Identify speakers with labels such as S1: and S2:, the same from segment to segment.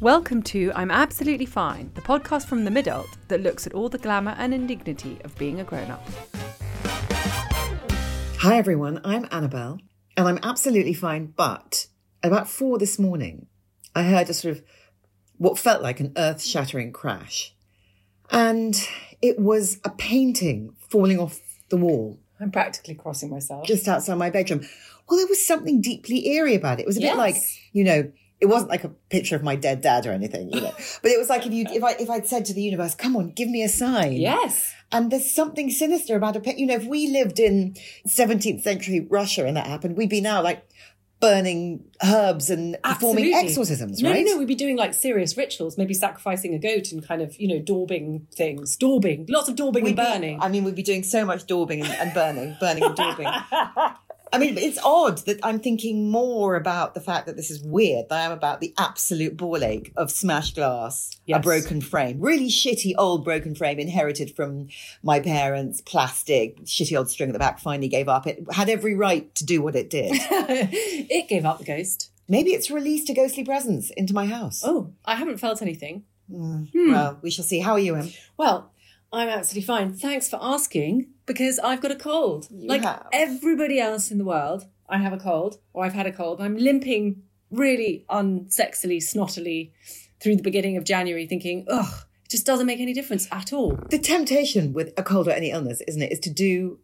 S1: Welcome to I'm Absolutely Fine, the podcast from the mid adult that looks at all the glamour and indignity of being a grown up.
S2: Hi everyone, I'm Annabelle, and I'm absolutely fine. But about four this morning, I heard a sort of what felt like an earth shattering crash. And it was a painting falling off the wall
S3: I'm practically crossing myself.
S2: just outside my bedroom. Well, there was something deeply eerie about it. It was a bit
S3: Yes.
S2: like, you know, it wasn't like a picture of my dead dad or anything, you know. But it was like if you if I if I'd said to the universe, come on, give me a sign.
S3: yes.
S2: And there's something sinister about a pit. You know, if we lived in 17th century Russia and that happened, we'd be now like burning herbs and performing
S3: Absolutely.
S2: exorcisms,
S3: no,
S2: right?
S3: No, no, we'd be doing like serious rituals, maybe sacrificing a goat and kind of, you know, daubing things. Daubing. Lots of daubing and
S2: We'd be-
S3: burning.
S2: I mean, we'd be doing so much daubing and, and burning, burning and daubing. I mean, it's odd that I'm thinking more about the fact that this is weird than I am about the absolute ball ache of smashed glass, a
S3: Yes.
S2: broken frame, really shitty old broken frame inherited from my parents, plastic, shitty old string at the back finally gave up. It had every right to do what it did.
S3: it gave up the ghost.
S2: Maybe it's released a ghostly presence into my house.
S3: Oh, Hmm. I haven't felt anything.
S2: Well, we shall see. How are you, Em?
S3: Well, I'm absolutely fine. Thanks for asking because I've got a cold. like
S2: have.
S3: everybody else in the world, I have a cold or I've had a cold. I'm limping really unsexily, snottily through the beginning of January thinking, ugh, it just doesn't make any difference at all.
S2: The temptation with a cold or any illness, isn't it, is to do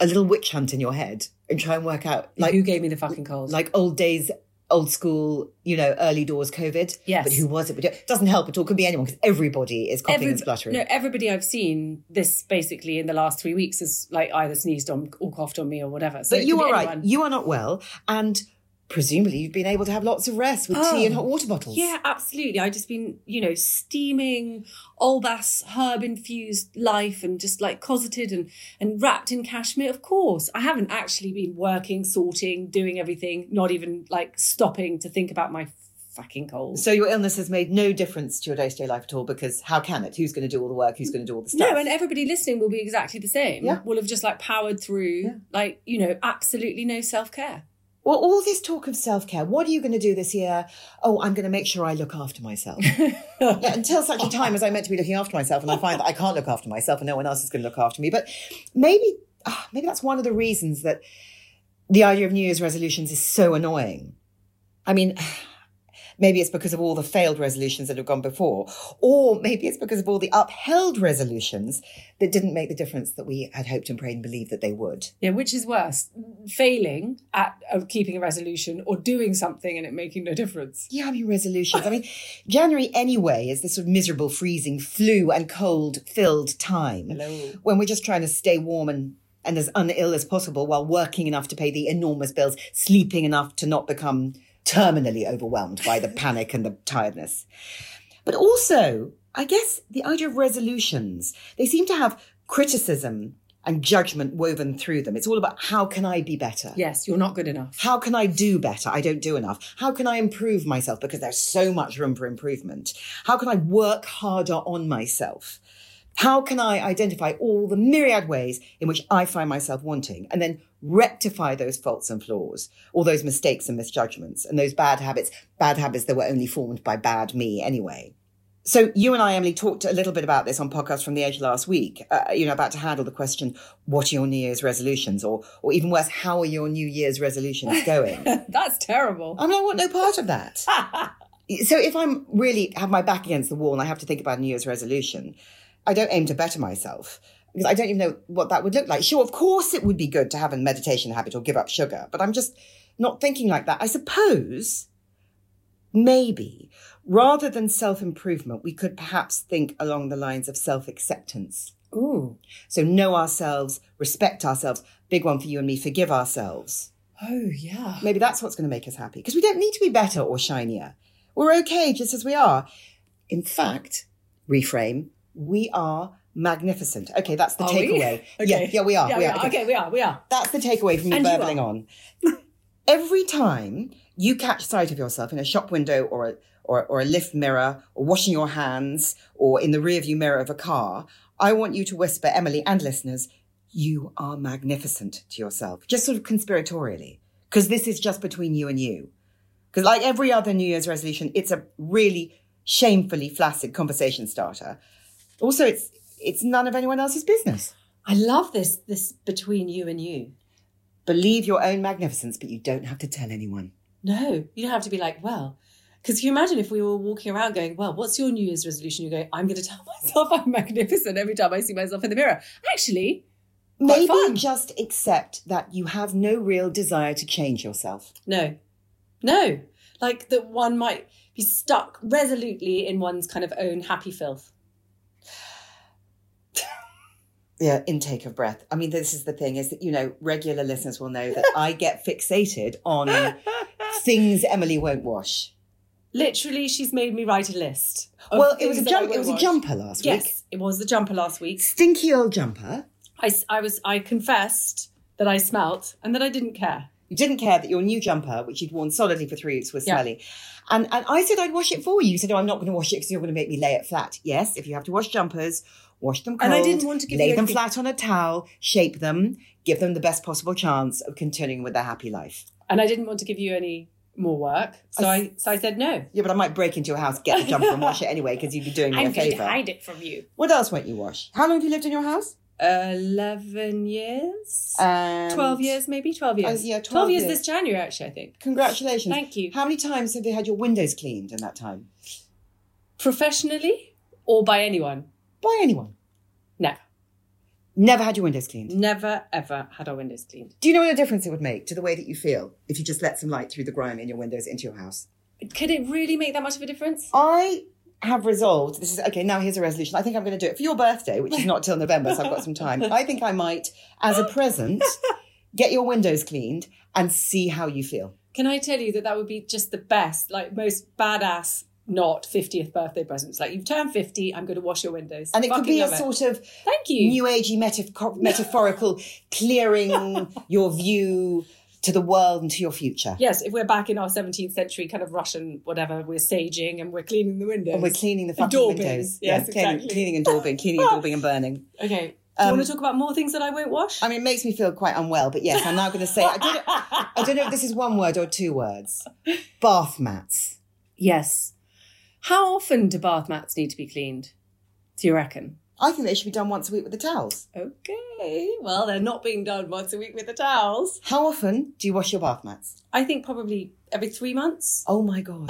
S2: a little witch hunt in your head and try and work out like
S3: Who gave me the fucking cold?
S2: like old days, old school, you know, early doors COVID.
S3: Yes.
S2: But who was it? It doesn't help at all. Could be anyone because everybody is coughing and
S3: Everyb-
S2: spluttering.
S3: No, everybody I've seen this basically in the last three weeks has like either sneezed on or coughed on me or whatever. So
S2: but
S3: it
S2: you
S3: could be
S2: are right.
S3: anyone.
S2: You are not well, and presumably you've been able to have lots of rest with tea and hot water bottles.
S3: Oh, Yeah, absolutely. I just been, you know, steaming Olbas herb infused life and just like cosseted and and wrapped in cashmere. Of course, I haven't actually been working, sorting, doing everything, not even like stopping to think about my fucking cold.
S2: So your illness has made no difference to your day to day life at all because how can it? Who's going to do all the work? Who's going to do all the stuff?
S3: No, and everybody listening will be exactly the same.
S2: Yeah.
S3: Will have just like powered through, like, you know, absolutely no self care.
S2: Well, all this talk of self care, what are you going to do this year? Oh, I'm going to make sure I look after myself. yeah, until such a time as I'm meant to be looking after myself, and I find that I can't look after myself and no one else is going to look after me. But maybe, ah, maybe that's one of the reasons that the idea of New Year's resolutions is so annoying. I mean, maybe it's because of all the failed resolutions that have gone before, or maybe it's because of all the upheld resolutions that didn't make the difference that we had hoped and prayed and believed that they would.
S3: Yeah, which is worse, failing at uh, keeping a resolution or doing something and it making no difference?
S2: Yeah, I mean, resolutions. I mean, January anyway is this sort of miserable, freezing, flu and cold filled time
S3: Hello.
S2: when we're just trying to stay warm and, and as unill as possible while working enough to pay the enormous bills, sleeping enough to not become terminally overwhelmed by the panic and the tiredness. But also, I guess the idea of resolutions, they seem to have criticism and judgment woven through them. It's all about how can I be better?
S3: Yes, you're not good enough.
S2: How can I do better? I don't do enough. How can I improve myself? Because there's so much room for improvement. How can I work harder on myself? How can I identify all the myriad ways in which I find myself wanting and then rectify those faults and flaws, all those mistakes and misjudgments and those bad habits, bad habits that were only formed by bad me anyway? So you and I, Emily, talked a little bit about this on podcast from the Edge last week. Uh, you know about to handle the question, "What are your New Year's resolutions?" or, or even worse, "How are your New Year's resolutions going?" I
S3: That's terrible.
S2: mean, I want no part of that. so if I'm really have my back against the wall and I have to think about a New Year's resolution, I don't aim to better myself because I don't even know what that would look like. Sure, of course, it would be good to have a meditation habit or give up sugar, but I'm just not thinking like that. I suppose maybe rather than self improvement, we could perhaps think along the lines of self acceptance.
S3: Ooh.
S2: So know ourselves, respect ourselves. Big one for you and me, forgive ourselves.
S3: Oh, yeah.
S2: Maybe that's what's going to make us happy because we don't need to be better or shinier. We're okay just as we are. In fact, reframe, we are magnificent. Okay, that's the
S3: Are we?
S2: takeaway. Yeah, yeah, we are.
S3: Yeah,
S2: we are.
S3: Okay, we are. We are.
S2: That's the takeaway from me
S3: And you
S2: burbling on. Every time you catch sight of yourself in a shop window or a, or, or a lift mirror or washing your hands or in the rearview mirror of a car, I want you to whisper, Emily and listeners, you are magnificent to yourself, just sort of conspiratorially, because this is just between you and you. Because, like every other New Year's resolution, it's a really shamefully flaccid conversation starter. Also, it's it's none of anyone else's business.
S4: I love this this between you and you.
S2: Believe your own magnificence, but you don't have to tell anyone.
S4: No, you don't have to be like, well, because you imagine if we were walking around going, well, what's your New Year's resolution? You go, I'm going to tell myself.
S3: Myself, I'm magnificent every time I see myself in the mirror. Actually, Quite
S2: Maybe
S3: fun.
S2: just accept that you have no real desire to change yourself.
S4: No, no. Like that one might be stuck resolutely in one's kind of own happy filth.
S2: Yeah, intake of breath. I mean, this is the thing is that, you know, regular listeners will know that I get fixated on things Emily won't wash.
S4: Literally, she's made me write a list. of
S2: well, it was a
S4: things that I
S2: jump, it
S4: will
S2: was a
S4: watch.
S2: jumper last week.
S4: Yes, it was the jumper last week.
S2: Stinky old jumper.
S4: I, s- I was I confessed that I smelt and that I didn't care.
S2: You didn't care that your new jumper, which you'd worn solidly for three weeks, was
S4: Yeah.
S2: smelly. And and I said I'd wash it for you. You said, "Oh, I'm not going to wash it because you're going to make me lay it flat." Yes, if you have to wash jumpers, wash them cold.
S3: And I didn't want to give
S2: lay
S3: you
S2: them
S3: anything-
S2: flat on a towel, shape them, give them the best possible chance of continuing with their happy life.
S4: and I didn't want to give you any more work. So I, so I said no.
S2: Yeah, but I might break into your house, get the jumper, and wash it anyway because you'd be doing me a
S4: I'm going to
S2: favour.
S4: hide it from you.
S2: What else won't you wash? How long have you lived in your house? Um,
S4: Eleven years,
S2: And
S4: twelve years, maybe twelve years.
S2: Oh, yeah, 12
S4: twelve years
S2: years.
S4: this January, actually. I think
S2: Congratulations.
S4: Thank you.
S2: How many times have you had your windows cleaned in that time?
S4: professionally or by anyone,
S2: By anyone?
S4: never,
S2: Never had your windows cleaned.
S4: never, ever had our windows cleaned.
S2: Do you know what a difference it would make to the way that you feel if you just let some light through the grime in your windows into your house?
S4: Could it really make that much of a difference?
S2: I have resolved this is okay, now here's a resolution. I think I'm going to do it for your birthday, which is not till November, so I've got some time. I think I might, as a present, get your windows cleaned and see how you feel.
S4: Can I tell you that that would be just the best, like most badass, not fiftieth birthday presents. Like you've turned fifty, I'm going to wash your windows,
S2: And it could
S4: Fucking
S2: be a
S4: love it.
S2: sort of
S4: Thank you.
S2: new agey metaf- metaphorical clearing your view to the world and to your future.
S4: Yes, if we're back in our 17th century kind of Russian whatever, we're saging and we're cleaning the windows.
S2: And we're cleaning the
S4: And
S2: fucking
S4: door bins.
S2: windows.
S4: Yes,
S2: cleaning,
S4: exactly.
S2: cleaning and door bin, cleaning and door bin and burning.
S4: Okay. Do you want to talk about more things that I won't wash?
S2: I mean, it makes me feel quite unwell, but yes, I'm now going to say I don't, I don't know if this is one word or two words. Bath mats.
S3: yes.
S4: How often do bath mats need to be cleaned? Do you reckon?
S2: I think they should be done once a week with the towels.
S4: Okay. Well, they're not being done once a week with the towels.
S2: How often do you wash your bath mats?
S4: I think probably every three months.
S2: Oh my god!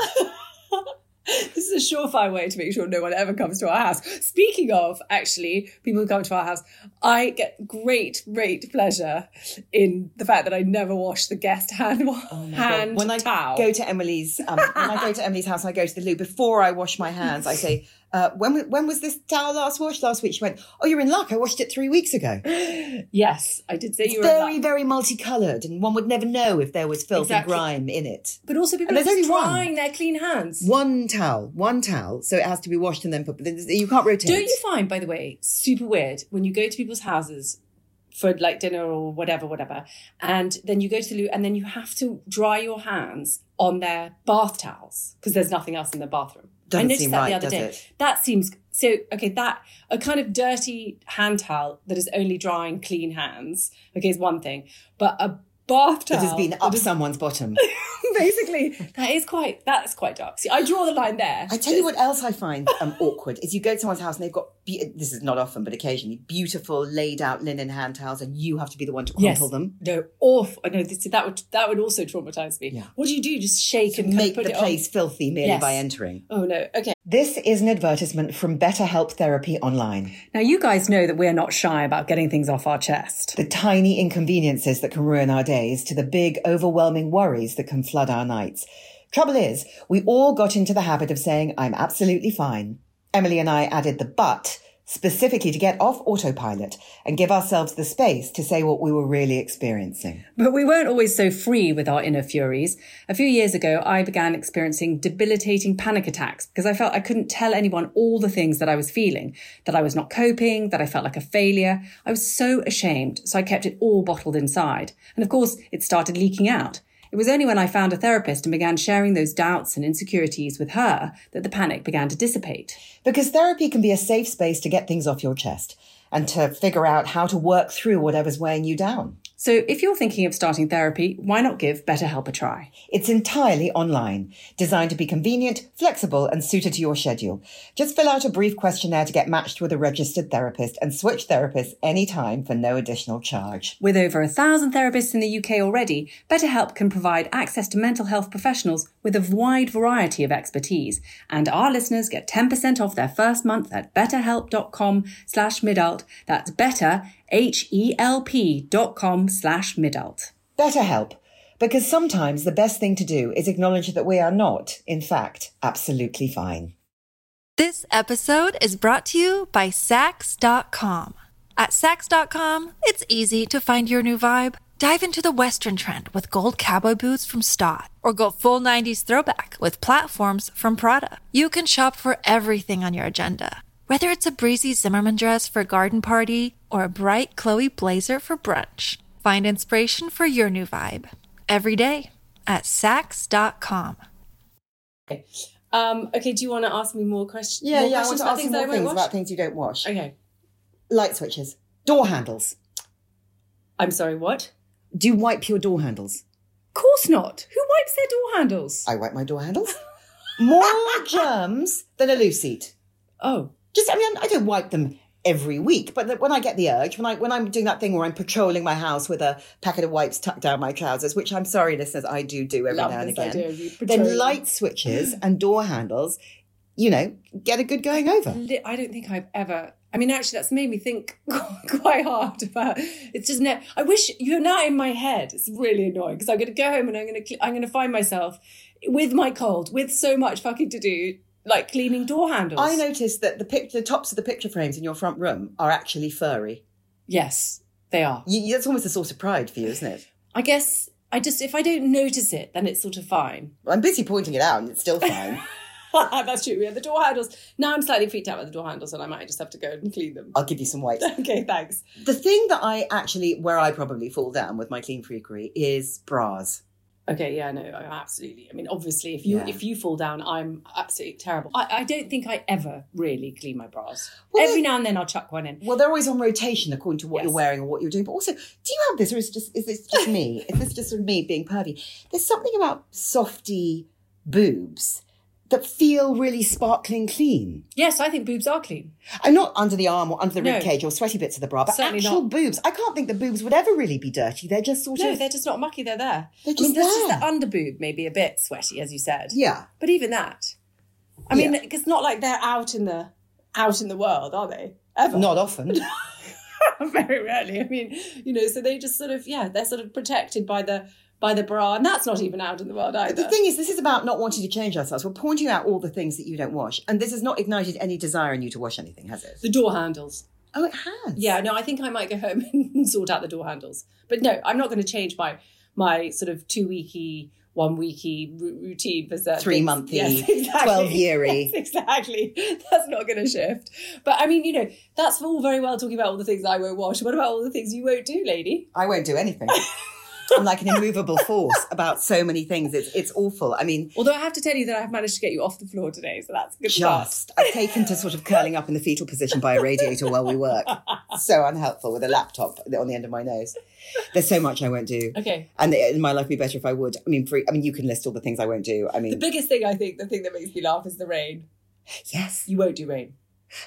S3: This is a surefire way to make sure no one ever comes to our house. Speaking of, actually, people who come to our house, I get great, great pleasure in the fact that I never wash the guest hand hand
S2: Oh when I
S3: towel.
S2: go to Emily's, um, when I go to Emily's house, and I go to the loo before I wash my hands. I say, uh, "When wa- when was this towel last washed? Last week?" She went, "Oh, you're in luck. I washed it three weeks ago."
S3: yes, I did say you were.
S2: very
S3: allowed-
S2: very multicolored, and one would never know if there was filth
S3: Exactly.
S2: and grime in it.
S3: But also, people
S2: And
S3: are
S2: there's
S3: just
S2: only one.
S3: drying their clean hands.
S2: One towel, one towel, so it has to be washed and then put. You can't rotate.
S3: Don't you find, by the way, super weird when you go to people's houses for like dinner or whatever, whatever, and then you go to the loo and then you have to dry your hands on their bath towels because there's nothing else in the bathroom.
S2: Doesn't
S3: I noticed
S2: seem
S3: that
S2: right,
S3: the other
S2: does
S3: day.
S2: it?
S3: That seems so okay. That a kind of dirty hand towel that is only drying clean hands. Okay, is one thing, but a bath towel
S2: That has been up someone's bottom.
S3: basically that is quite that's quite dark. See, I draw the line there.
S2: I tell you what else I find um, awkward is you go to someone's house and they've got be- this is not often but occasionally beautiful laid out linen hand towels and you have to be the one to crumple them.
S3: No, awful. No, this, that would that would also traumatize me.
S2: Yeah.
S3: What do you do? Just shake and kind of
S2: Make
S3: put
S2: the
S3: it
S2: place filthy merely
S3: Yes.
S2: by entering.
S3: On. Oh no. Okay.
S2: This is an advertisement from BetterHelp Therapy Online.
S3: Now you guys know that we're not shy about getting things off our chest.
S2: The tiny inconveniences that can ruin our days to the big overwhelming worries that can flood our nights. Trouble is, we all got into the habit of saying, I'm absolutely fine. Emily and I added the but specifically to get off autopilot and give ourselves the space to say what we were really experiencing.
S4: But we weren't always so free with our inner furies. A few years ago, I began experiencing debilitating panic attacks because I felt I couldn't tell anyone all the things that I was feeling, that I was not coping, that I felt like a failure. I was so ashamed, so I kept it all bottled inside. And of course, it started leaking out. It was only when I found a therapist and began sharing those doubts and insecurities with her that the panic began to dissipate.
S2: Because therapy can be a safe space to get things off your chest and to figure out how to work through whatever's weighing you down.
S4: So if you're thinking of starting therapy, why not give BetterHelp a try?
S2: It's entirely online, designed to be convenient, flexible, and suited to your schedule. Just fill out a brief questionnaire to get matched with a registered therapist and switch therapists anytime for no additional charge.
S4: With over a thousand therapists in the UK already, BetterHelp can provide access to mental health professionals with a wide variety of expertise. And our listeners get 10% off their first month at betterhelp.com slash midult. That's better, H-E-L-P dot com slash midult.
S2: BetterHelp, because sometimes the best thing to do is acknowledge that we are not, in fact, absolutely fine.
S5: This episode is brought to you by Sax.com. At Sax.com, it's easy to find your new vibe. Dive into the Western trend with gold cowboy boots from Stott, or go full 90s throwback with platforms from Prada. You can shop for everything on your agenda, whether it's a breezy Zimmerman dress for a garden party or a bright Chloe blazer for brunch. Find inspiration for your new vibe every day at Sax.com.
S3: Um, okay, do you want to ask me more questions?
S2: Yeah,
S3: more
S2: yeah, I
S3: questions
S2: want to
S3: about
S2: ask you
S3: that
S2: more
S3: I
S2: things
S3: won't
S2: about
S3: watch?
S2: things you don't wash.
S3: Okay,
S2: Light switches, door handles.
S3: I'm sorry. What?
S2: Do you wipe your door handles?
S3: Of course not. Who wipes their door handles?
S2: I wipe my door handles. More germs than a loose seat.
S3: Oh,
S2: Just, I mean, I don't wipe them every week, but when I get the urge, when I when I'm doing that thing where I'm patrolling my house with a packet of wipes tucked down my trousers, which I'm sorry, listeners, I do do every
S3: Love
S2: now and
S3: this
S2: again.
S3: idea of you
S2: then
S3: patrolling.
S2: light switches and door handles, you know, get a good going over.
S3: Li- I don't think I've ever. I mean, actually, that's made me think quite hard about. It's just ne- I wish you're now in my head. It's really annoying because I'm going to go home and I'm going to I'm going to find myself with my cold, with so much fucking to do, like cleaning door handles.
S2: I noticed that the pic- the tops of the picture frames in your front room are actually furry.
S3: Yes, they are.
S2: You, that's almost a source of pride for you, isn't it?
S3: I guess I just if I don't notice it, then it's sort of fine.
S2: Well, I'm busy pointing it out, and it's still fine.
S3: that's true. We had the door handles. Now I'm slightly freaked out by the door handles, and I might just have to go and clean them.
S2: I'll give you some wipes.
S3: Okay, thanks.
S2: The thing that I actually, where I probably fall down with my clean freakery is bras.
S3: Okay, yeah, no, I- absolutely. I mean, obviously, if you
S2: Yeah.
S3: if you fall down, I'm absolutely terrible. I, I don't think I ever really clean my bras.
S2: Well,
S3: Every
S2: they-
S3: now and then I'll chuck one in.
S2: Well, they're always on rotation according to what
S3: Yes.
S2: you're wearing and what you're doing. But also, do you have this, or is just is this just me? is this just sort of me being pervy? There's something about softy boobs that feel really sparkling clean.
S3: Yes, I think boobs are clean.
S2: I'm not under the arm or under the
S3: No.
S2: rib cage or sweaty bits of the bra, but
S3: Certainly
S2: actual
S3: not.
S2: boobs. I can't think the boobs would ever really be dirty. They're just sort
S3: No,
S2: of
S3: they're just not mucky. They're there. I
S2: They're
S3: mean,
S2: just
S3: there's
S2: there.
S3: just the underboob, maybe a bit sweaty, as you said.
S2: yeah.
S3: But even that, I mean,
S2: Yeah.
S3: it's not like they're out in the out in the world, are they? Ever?
S2: Not often.
S3: very rarely. I mean, you know, so they just sort of yeah, they're sort of protected by the by the bra, and that's not even out in the world either.
S2: But the thing is, this is about not wanting to change ourselves. We're pointing out all the things that you don't wash, and this has not ignited any desire in you to wash anything, has it?
S3: the door handles.
S2: Oh, it has.
S3: Yeah, no, I think I might go home and sort out the door handles. But no, I'm not going to change my my sort of two weeky, one weeky ru- routine for certain
S2: Three
S3: things.
S2: monthy,
S3: Yes, exactly.
S2: 12 yeary.
S3: Yes, exactly. That's not going to shift. But I mean, you know, that's all very well talking about all the things I won't wash. What about all the things you won't do, lady?
S2: I won't do anything. I'm like an immovable force about so many things. It's it's awful. I mean,
S3: Although I have to tell you that I've managed to get you off the floor today, so that's a good start.
S2: just I've taken to sort of curling up in the fetal position by a radiator while we work. So unhelpful with a laptop on the end of my nose. There's so much I won't do.
S3: Okay.
S2: And in my life would be better if I would. I mean, for, I mean, you can list all the things I won't do. I mean,
S3: The biggest thing I think, the thing that makes me laugh is the rain.
S2: yes,
S3: You won't do rain.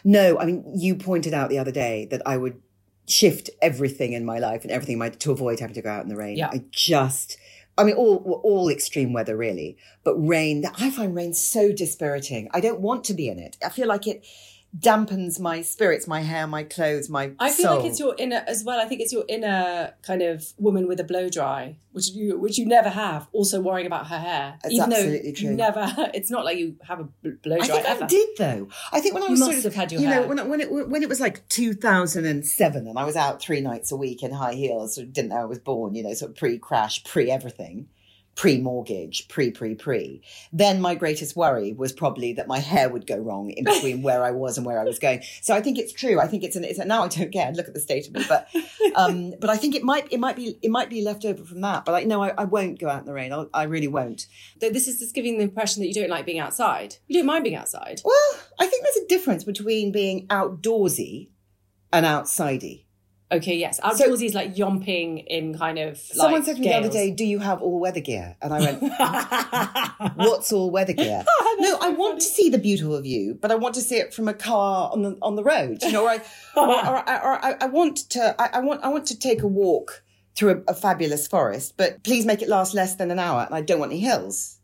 S2: no. I mean, you pointed out the other day that I would shift everything in my life and everything in my, to avoid having to go out in the rain.
S3: Yeah.
S2: I just, I mean, all all extreme weather really, but rain. I find rain so dispiriting. I don't want to be in it. I feel like it. dampens my spirits, my hair, my clothes, my
S3: I feel
S2: soul.
S3: like it's your inner as well. I think it's your inner kind of woman with a blow dry, which you which you never have. Also worrying about her hair,
S2: That's
S3: even
S2: absolutely
S3: though
S2: true.
S3: you never. It's not like you have a bl- blow
S2: I
S3: dry
S2: think
S3: ever.
S2: I did though. I think when I was sort
S3: must
S2: of-
S3: have had your
S2: you know
S3: hair.
S2: when I- when it when it was like 2007 and I was out three nights a week in high heels, sort of didn't know I was born, you know, sort of pre-crash, pre-everything, pre-mortgage, pre pre pre. Then my greatest worry was probably that my hair would go wrong in between where I was and where I was going. So I think it's true. I think it's an it's a, now I don't care. Look at the state of me, but um, but I think it might it might be it might be left over from that. But I no, I, I won't go out in the rain. I'll, I really won't.
S3: Though this is just giving the impression that you don't like being outside. You don't mind being outside.
S2: Well, I think there's a difference between being outdoorsy and outsidey.
S3: Okay, yes. Outdoorsy is like yomping in kind of. Like
S2: Someone said to me the other
S3: gales.
S2: day, "Do you have all weather gear?" And I went, "What's all weather gear?" no, I want to see the beautiful view, but I want to see it from a car on the on the road. You know, or I or, or, or I, I want to I, I want I want to take a walk through a, a fabulous forest, but please make it last less than an hour, and I don't want any hills.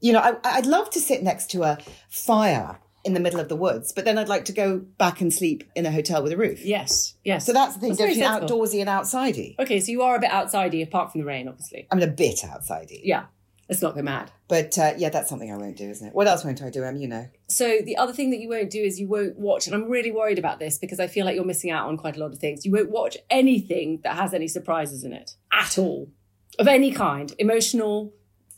S2: You know, I, I'd love to sit next to a fire in the middle of the woods, but then I'd like to go back and sleep in a hotel with a roof.
S3: Yes, yes.
S2: So that's the thing
S3: very
S2: between
S3: sensible.
S2: outdoorsy and outsidey.
S3: Okay, so you are a bit outsidey apart from the rain, obviously.
S2: I mean, a bit outsidey.
S3: Yeah, let's not go mad.
S2: But uh, yeah, that's something I won't do, isn't it? What else won't I do, Em? You know.
S3: So the other thing that you won't do is you won't watch, and I'm really worried about this because I feel like you're missing out on quite a lot of things. You won't watch anything that has any surprises in it at all, of any kind, emotional,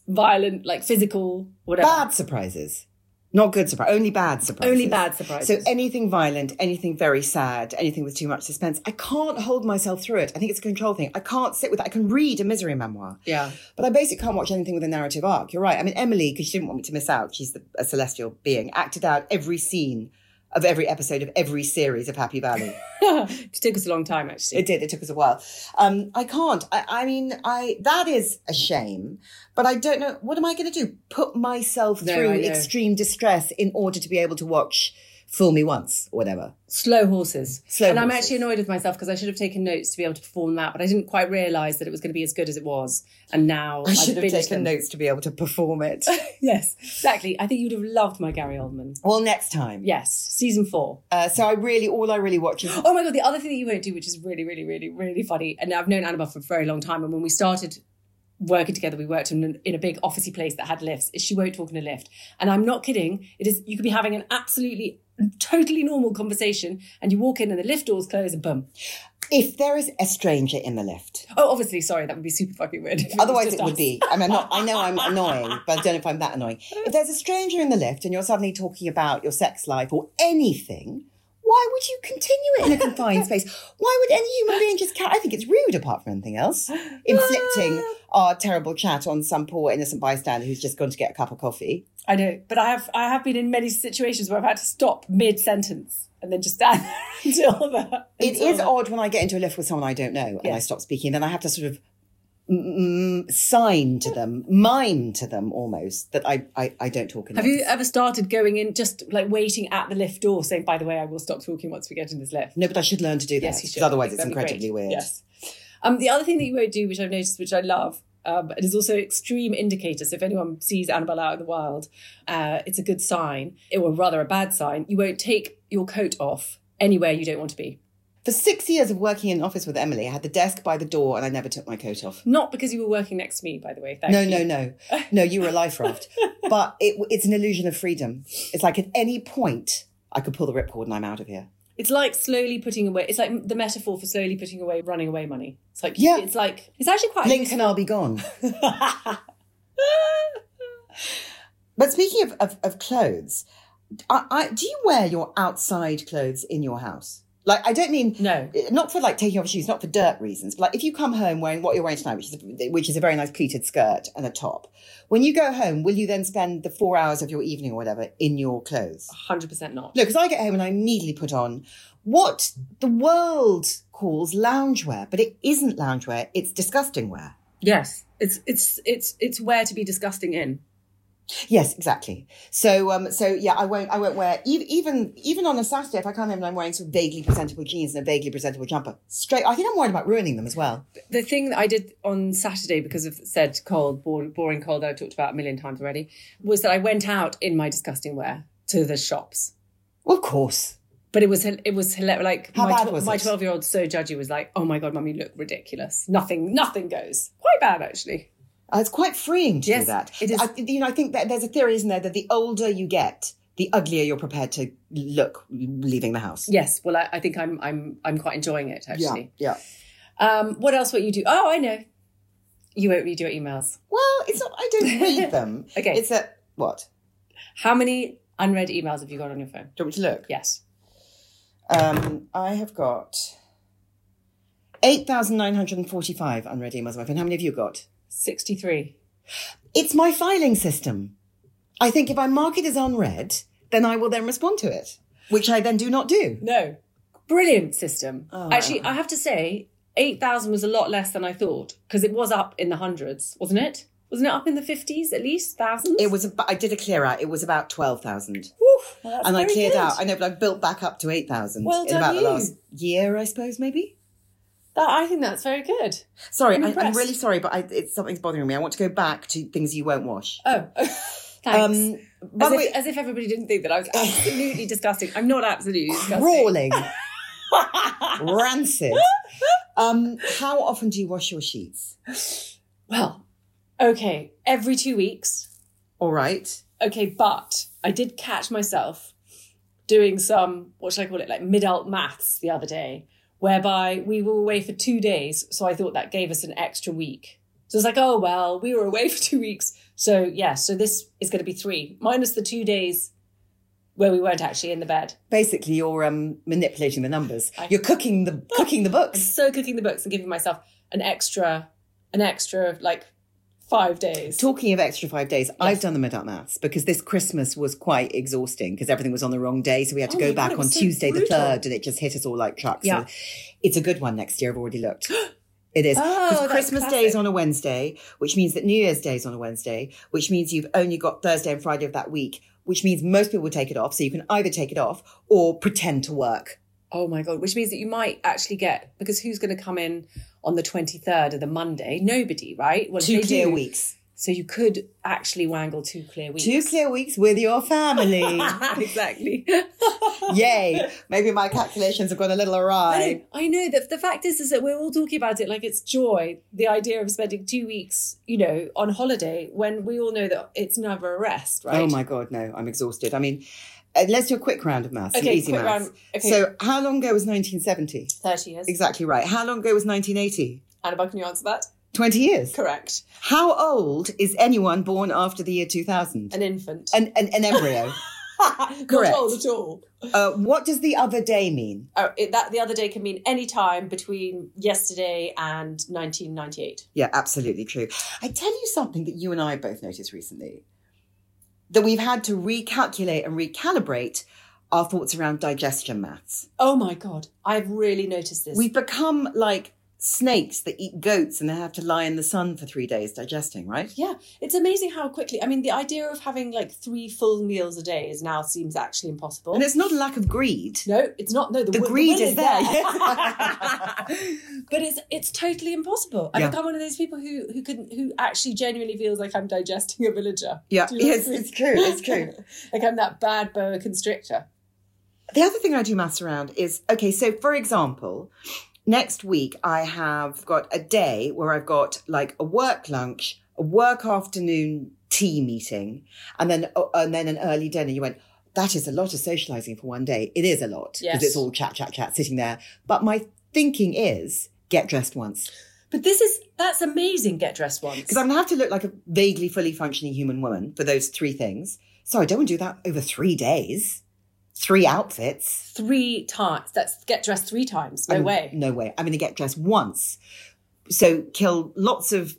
S3: violent, like physical, whatever.
S2: Bad surprises. Not good surprise. Only bad surprises.
S3: Only bad surprises.
S2: So anything violent, anything very sad, anything with too much suspense, I can't hold myself through it. I think it's a control thing. I can't sit with it. I can read a misery memoir.
S3: Yeah.
S2: But I basically can't watch anything with a narrative arc. You're right. I mean, Emily, because she didn't want me to miss out, she's the, a celestial being, acted out every scene of every episode of every series of Happy Valley.
S3: it took us a long time actually.
S2: It did. It took us a while. Um, I can't. I, I mean, I that is a shame. But I don't know. What am I going to do? Put myself
S3: No,
S2: through
S3: I know.
S2: extreme distress in order to be able to watch "Fool Me Once" or whatever.
S3: Slow horses.
S2: Slow
S3: and I'm
S2: horses.
S3: actually annoyed with myself because I should have taken notes to be able to perform that, but I didn't quite realise that it was going to be as good as it was. And now
S2: I should
S3: I've
S2: have
S3: binged
S2: taken
S3: them.
S2: notes to be able to perform it.
S3: Yes, exactly. I think you'd have loved my Gary Oldman.
S2: well, next time.
S3: Yes, season four.
S2: Uh, so I really, all I really watch is.
S3: Oh my god, the other thing that you won't do, which is really, really, really, really funny, and I've known Annabelle for a very long time, and when we started working together, we worked in, in a big officey place that had lifts, is she won't talk in a lift. And I'm not kidding, it is you could be having an absolutely totally normal conversation and you walk in and the lift doors close and boom.
S2: If there is a stranger in the lift,
S3: Oh obviously, sorry, that would be super fucking weird. if was
S2: Otherwise,
S3: just
S2: it would
S3: us.
S2: be. I mean, I'm not, I know I'm annoying, but I don't know if I'm that annoying. If there's a stranger in the lift and you're suddenly talking about your sex life or anything, why would you continue it in a confined space? Why would any human being just? Ca- I think it's rude, apart from anything else, inflicting
S3: Ah.
S2: our terrible chat on some poor innocent bystander who's just gone to get a cup of coffee.
S3: I know, but I have I have been in many situations where I've had to stop mid sentence and then just stand there until the
S2: It
S3: until
S2: is
S3: the-
S2: odd when I get into a lift with someone I don't know and I
S3: Yes.
S2: stop speaking, then I have to sort of mm, mm, sign to them, mime to them almost that I I, I don't talk in
S3: Have
S2: lifts.
S3: you ever started going in just like waiting at the lift door, saying, "By the way, I will stop talking once we get in this lift"?
S2: No, but I should learn to do this
S3: Yes, you
S2: because
S3: should.
S2: otherwise it's
S3: That'd be great.
S2: incredibly weird.
S3: Yes. Um, the other thing that you won't do, which I've noticed, which I love, um, it is also an extreme indicator. So if anyone sees Annabelle out in the wild, uh, it's a good sign, or rather a bad sign. You won't take your coat off anywhere you don't want to be.
S2: For six years of working in an office with Emily, I had the desk by the door and I never took my coat off.
S3: Not because you were working next to me, by the way. Thank
S2: No,
S3: you.
S2: no, no. No, you were a life raft. But it, it's an illusion of freedom. It's like at any point, I could pull the ripcord and I'm out of here.
S3: It's like slowly putting away. It's like the metaphor for slowly putting away, running away money. It's like
S2: Yeah.
S3: It's like it's actually quite. a
S2: Blink and I'll be gone. but speaking of, of, of clothes, I, I, do you wear your outside clothes in your house? Like, I don't mean
S3: No.
S2: not for like taking off shoes, not for dirt reasons, but like if you come home wearing what you're wearing tonight, which is which is a very nice pleated skirt and a top, when you go home, will you then spend the four hours of your evening or whatever in your clothes?
S3: Hundred percent not.
S2: No, because I get home and I immediately put on what the world calls loungewear, but it isn't loungewear; it's disgusting wear.
S3: Yes, it's it's it's it's where to be disgusting in.
S2: Yes, exactly. So, um, so yeah, I won't, I won't wear ev- even, even on a Saturday if I come home and I'm wearing sort of vaguely presentable jeans and a vaguely presentable jumper. Straight, I think I'm worried about ruining them as well.
S3: The thing that I did on Saturday because of said cold, bor- boring cold that I've talked about a million times already, was that I went out in my disgusting wear to the shops.
S2: Well, of course.
S3: But it was hil- it was hilarious. Like
S2: How
S3: my,
S2: bad
S3: tw-
S2: was
S3: my
S2: it?
S3: twelve year old so judgy was like, "Oh my god, mum, you look ridiculous. Nothing, nothing goes. Quite bad actually.
S2: Uh, it's quite freeing to do
S3: Yes,
S2: that.
S3: it is.
S2: I, you know, I think that there's a theory, isn't there, that the older you get, the uglier you're prepared to look leaving the house.
S3: Yes. Well, I, I think I'm I'm I'm quite enjoying it actually.
S2: yeah.
S3: Um, what else won't you do? Oh, I know. You won't read your emails.
S2: Well, it's not. I don't read them.
S3: Okay.
S2: It's a what?
S3: How many unread emails have you got on your phone?
S2: Do you want me to look?
S3: Yes.
S2: Um, I have got eight thousand nine hundred and forty-five unread emails on my phone. How many have you got?
S3: Sixty three.
S2: It's my filing system. I think if I mark it as unread, then I will then respond to it, which I then do not do.
S3: No. Oh, Brilliant system. Actually, I have to say, 8,000 was a lot less than I thought because it was up in the hundreds, wasn't it? Wasn't it up in the 50s at least? Thousands?
S2: It was. About, I did a clear out. It was about twelve thousand. and I
S3: very
S2: cleared
S3: good.
S2: out. I know, but I've built back up to eight thousand
S3: Well
S2: in
S3: done
S2: about
S3: you.
S2: the last year, I suppose, maybe.
S3: That, I think that's very good.
S2: Sorry,
S3: I'm
S2: I, I'm
S3: impressed.
S2: really sorry, but I, it's something's bothering me. I want to go back to things you won't wash.
S3: Oh, thanks.
S2: Um, by
S3: as,
S2: the
S3: if,
S2: way,
S3: as if everybody didn't think that I was absolutely disgusting. I'm not absolutely disgusting.
S2: crawling, rancid. Um, how often do you wash your sheets?
S3: Well, okay, every two weeks.
S2: All right.
S3: Okay, but I did catch myself doing some, what should I call it, like mid alt maths the other day, whereby we were away for two days. So I thought that gave us an extra week. So it's like, oh, well, we were away for two weeks. So yeah, so this is going to be three minus the two days where we weren't actually in the bed.
S2: Basically, you're um, manipulating the numbers. you're cooking the cooking the books.
S3: So cooking the books and giving myself an extra, an extra like five days.
S2: Talking of extra five days, I've done the mid-up maths because this Christmas was quite exhausting because everything was on the wrong day, so we had to
S3: Oh my
S2: go
S3: God,
S2: back
S3: it
S2: on
S3: was so
S2: Tuesday
S3: brutal.
S2: the third, and it just hit us all like trucks.
S3: Yeah.
S2: So it's a good one next year. I've already looked. It is because
S3: Oh, that's
S2: Christmas Day is on a Wednesday, which means that New Year's Day is on a Wednesday, which means you've only got Thursday and Friday of that week, which means most people will take it off. So you can either take it off or pretend to work.
S3: Oh my god, which means that you might actually get because who's going to come in on the 23rd of the Monday? Nobody, right? Well, if
S2: Two
S3: they
S2: clear
S3: do-
S2: weeks.
S3: So you could actually wangle two clear weeks.
S2: Two clear weeks with your family.
S3: exactly.
S2: Yay. Maybe my calculations have gone a little
S3: I,
S2: awry.
S3: I know that the fact is, is that we're all talking about it like it's joy, the idea of spending two weeks, you know, on holiday when we all know that it's never a rest, right?
S2: Oh my God, no, I'm exhausted. I mean, uh, let's do a quick round of maths. some
S3: Okay,
S2: easy
S3: quick
S2: maths.
S3: round. Okay.
S2: So, how long ago was 1970?
S3: 30 years.
S2: Exactly right. How long ago was 1980?
S3: Annabelle, can you answer that?
S2: 20 years.
S3: Correct.
S2: How old is anyone born after the year 2000?
S3: An infant.
S2: An, an, an embryo. correct.
S3: Not old at all.
S2: Uh, what does the other day mean?
S3: Oh, it, that the other day can mean any time between yesterday and 1998.
S2: Yeah, absolutely true. I tell you something that you and I both noticed recently that we've had to recalculate and recalibrate our thoughts around digestion maths.
S3: Oh my god, I've really noticed this.
S2: We've become like snakes that eat goats and they have to lie in the sun for three days digesting, right?
S3: yeah, it's amazing how quickly. I mean, the idea of having like three full meals a day is now seems actually impossible.
S2: And it's not a lack of greed.
S3: no, it's not. No, the,
S2: The
S3: wi-
S2: greed
S3: will
S2: is there.
S3: but it's it's totally impossible. I
S2: Yeah.
S3: become one of those people who who can who actually genuinely feels like I'm digesting a villager.
S2: Yeah,
S3: Do you know what
S2: yes,
S3: I mean?
S2: it's true, it's true.
S3: like I'm that bad boa constrictor.
S2: The other thing I do maths around is okay, so for example, next week I have got a day where I've got like a work lunch, a work afternoon tea meeting, and then oh, and then an early dinner. You went, that is a lot of socializing for one day. It is a lot because
S3: Yes.
S2: it's all chat, chat, chat, sitting there. But my thinking is get dressed once
S3: But this is that's amazing. Get dressed once.
S2: because I'm gonna have to look like a vaguely fully functioning human woman for those three things. So I don't want to do that over three days, three outfits.
S3: three times. That's get dressed three times. No
S2: I'm-
S3: way.
S2: No way. I'm going to get dressed once. So kill lots of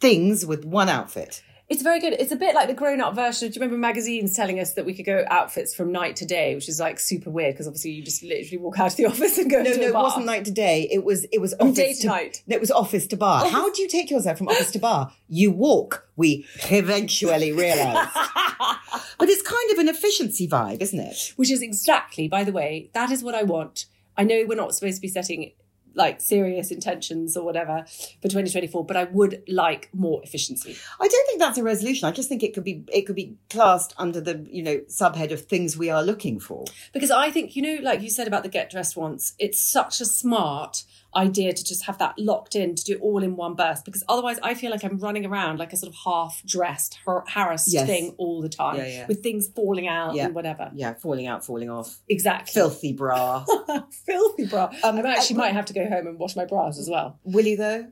S2: things with one outfit.
S3: It's very good. It's a bit like the grown up version. Do you remember magazines telling us that we could go outfits from night to day, which is like super weird because obviously you just literally walk out of the office and go
S2: No,
S3: to
S2: no,
S3: a
S2: it
S3: bar.
S2: wasn't night to day. It was it was office
S3: day to night.
S2: It was office to bar. How do you take yourself from office to bar? You walk. We eventually realised. but it's kind of an efficiency vibe, isn't it?
S3: Which is exactly, by the way, that is what I want. I know we're not supposed to be setting like serious intentions or whatever for 2024, but I would like more efficiency.
S2: I don't think that's a resolution. I just think it could be it could be classed under the you know subhead of things we are looking for.
S3: Because I think, you know, like you said about the get dressed once, it's such a smart idea to just have that locked in to do it all in one burst because otherwise I feel like I'm running around like a sort of half dressed, har- harassed
S2: Yes.
S3: thing all the time
S2: Yeah, yeah.
S3: with things falling out
S2: Yeah.
S3: and whatever.
S2: Yeah, falling out, falling off,
S3: Exactly.
S2: filthy bra.
S3: Filthy bra.
S2: Um,
S3: I actually
S2: I-
S3: might have to go home and wash my bras as well.
S2: will you though?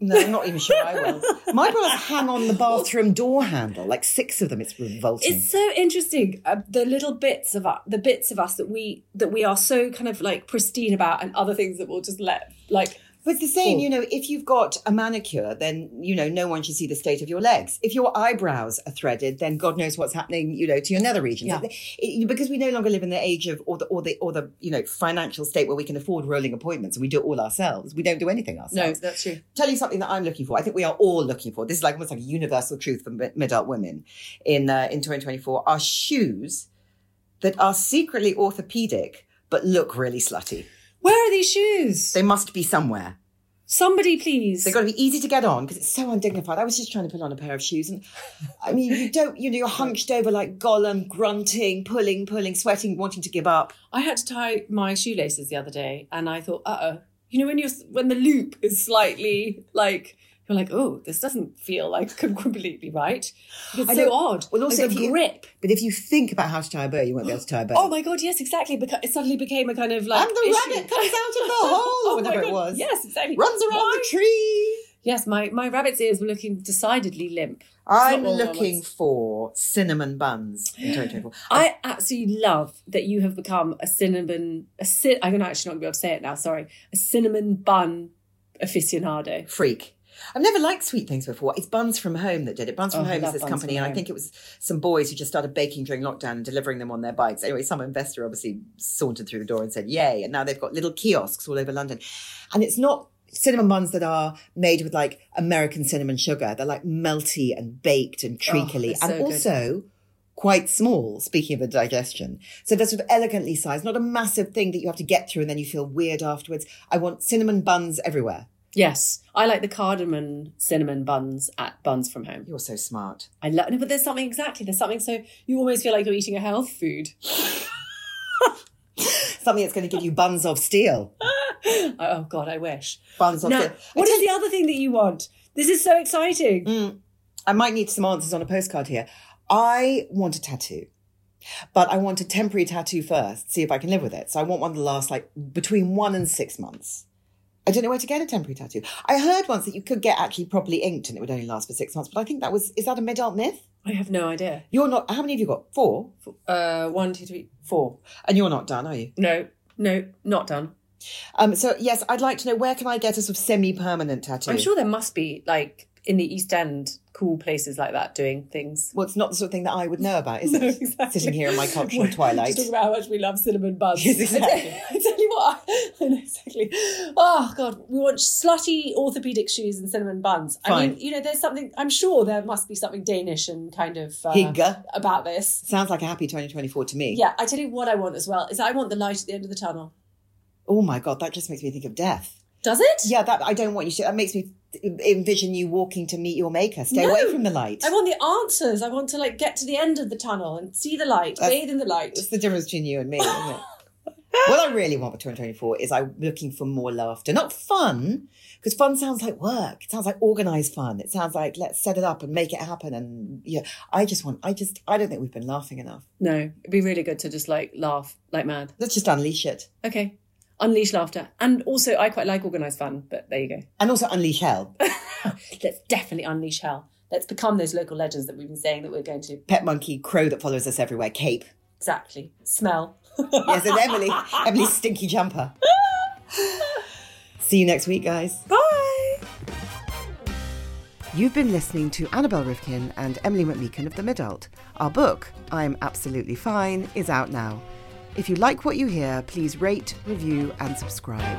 S2: No, I'm not even sure I will. My bras hang on the bathroom door handle, like six of them. It's revolting.
S3: It's so interesting uh, the little bits of us, the bits of us that we that we are so kind of like pristine about, and other things that we'll just let like
S2: But it's the same, you know, if you've got a manicure, then, you know, no one should see the state of your legs. If your eyebrows are threaded, then God knows what's happening, you know, to your nether regions.
S3: Yeah.
S2: It- because we no longer live in the age of, or the, or the, or the, you know, financial state where we can afford rolling appointments and we do it all ourselves. We don't do anything ourselves.
S3: that's true.
S2: Tell you something that I'm looking for. I think we are all looking for. This is like almost like a universal truth for mid- mid-adult women in, uh, in 2024 are shoes that are secretly orthopedic, but look really slutty.
S3: Where are these shoes?
S2: They must be somewhere.
S3: Somebody, please.
S2: They've got to be easy to get on because it's so undignified. I was just trying to put on a pair of shoes, and I mean, you don't, you know, you're hunched over like Gollum, grunting, pulling, pulling, sweating, wanting to give up.
S3: I had to tie my shoelaces the other day, and I thought, uh oh, you know when you're when the loop is slightly like. You're like, oh, this doesn't feel like completely right. It's
S2: I
S3: so
S2: know.
S3: odd.
S2: Well, also
S3: like
S2: if
S3: the
S2: you-
S3: grip.
S2: But if you think about how to tie a bow, you won't be able to tie a bow.
S3: Oh my god, yes, exactly. Because it suddenly became a kind of like.
S2: And the
S3: issue. Oh
S2: rabbit comes out of the hole, or
S3: my
S2: whatever it
S3: God,
S2: was.
S3: Yes, exactly.
S2: Runs around
S3: Why
S2: the tree.
S3: Yes, my, my rabbit's ears were looking decidedly limp.
S2: I'm
S3: Not all at
S2: looking
S3: once.
S2: for cinnamon buns in 2024.
S3: I absolutely love that you have become a cinnamon. A cin- I'm actually not going to be able to say it now. Sorry, a cinnamon bun aficionado.
S2: freak. I've never liked sweet things before. It's Buns From Home that did it. Buns
S3: Oh,
S2: From
S3: I
S2: Home is
S3: love
S2: this
S3: Buns
S2: company,
S3: From
S2: and I
S3: Home.
S2: think it was some boys who just started baking during lockdown and delivering them on their bikes. Anyway, some investor obviously sauntered through the door and said, Yay. And now they've got little kiosks all over London. And it's not cinnamon buns that are made with like American cinnamon sugar. They're like melty and baked and treacly.
S3: Oh, they're so
S2: and
S3: good.
S2: also, quite small, speaking of the digestion. So they're sort of elegantly sized, not a massive thing that you have to get through and then you feel weird afterwards. I want cinnamon buns everywhere.
S3: Yes, I like the cardamom cinnamon buns at Buns from Home.
S2: You're so smart.
S3: I love, no, but there's something exactly. There's something so you almost feel like you're eating a health food.
S2: something that's going to give you buns of steel.
S3: Oh, oh God, I wish.
S2: Buns of
S3: Now,
S2: steel.
S3: what is the other thing that you want? This is so exciting.
S2: I might need some answers on a postcard here. I want a tattoo, but I want a temporary tattoo first, see if I can live with it. So I want one that lasts like between one and six months. I don't know where to get a temporary tattoo. I heard once that you could get actually properly inked and it would only last for six months, but I think that was, is that a mid-adult myth?
S3: I have no idea.
S2: You're not, how many have you got? Four?
S3: Uh, one, two, three, four.
S2: And you're not done, are you?
S3: No, no, not done.
S2: Um, so yes, I'd like to know where can I get a sort of semi-permanent tattoo?
S3: I'm sure there must be like in the East End cool places like that doing things.
S2: Well, it's not the sort of thing that I would know about, is it?
S3: exactly.
S2: Sitting here in my cultural twilight.
S3: Just talking about how much we love cinnamon buns.
S2: Yes, exactly.
S3: I tell, I tell you what, I, I know exactly. Oh God, we want slutty orthopedic shoes and cinnamon buns. I
S2: Fine.
S3: mean, you know, there's something. I'm sure there must be something Danish and kind of uh,
S2: Hygge.
S3: about this.
S2: Sounds like a happy 2024 to me.
S3: Yeah, I tell you what I want as well is I want the light at the end of the tunnel.
S2: Oh my God, that just makes me think of death.
S3: Does it?
S2: Yeah, that I don't want you to. That makes me envision you walking to meet your maker. Stay
S3: No.
S2: away from the light.
S3: I want the answers. I want to like get to the end of the tunnel and see the light,
S2: That's-
S3: bathe in the light.
S2: it's the difference between you and me, isn't it? what I really want for 2024 is I'm looking for more laughter. Not fun, because fun sounds like work. It sounds like organized fun. It sounds like let's set it up and make it happen. And yeah, I just want, I just, I don't think we've been laughing enough.
S3: No, it'd be really good to just like laugh like mad.
S2: Let's just unleash it.
S3: Okay. Unleash laughter. And also, I quite like organised fun, but there you go.
S2: And also unleash hell.
S3: Let's definitely unleash hell. Let's become those local legends that we've been saying that we're going to.
S2: Pet monkey, crow that follows us everywhere, cape.
S3: Exactly. Smell.
S2: Yes, and Emily, Emily's stinky jumper. See you next week, guys.
S3: Bye.
S2: You've been listening to Annabel Rifkin and Emily McMeekin of The Midult. Our book, I'm Absolutely Fine, is out now. If you like what you hear, please rate, review, and subscribe.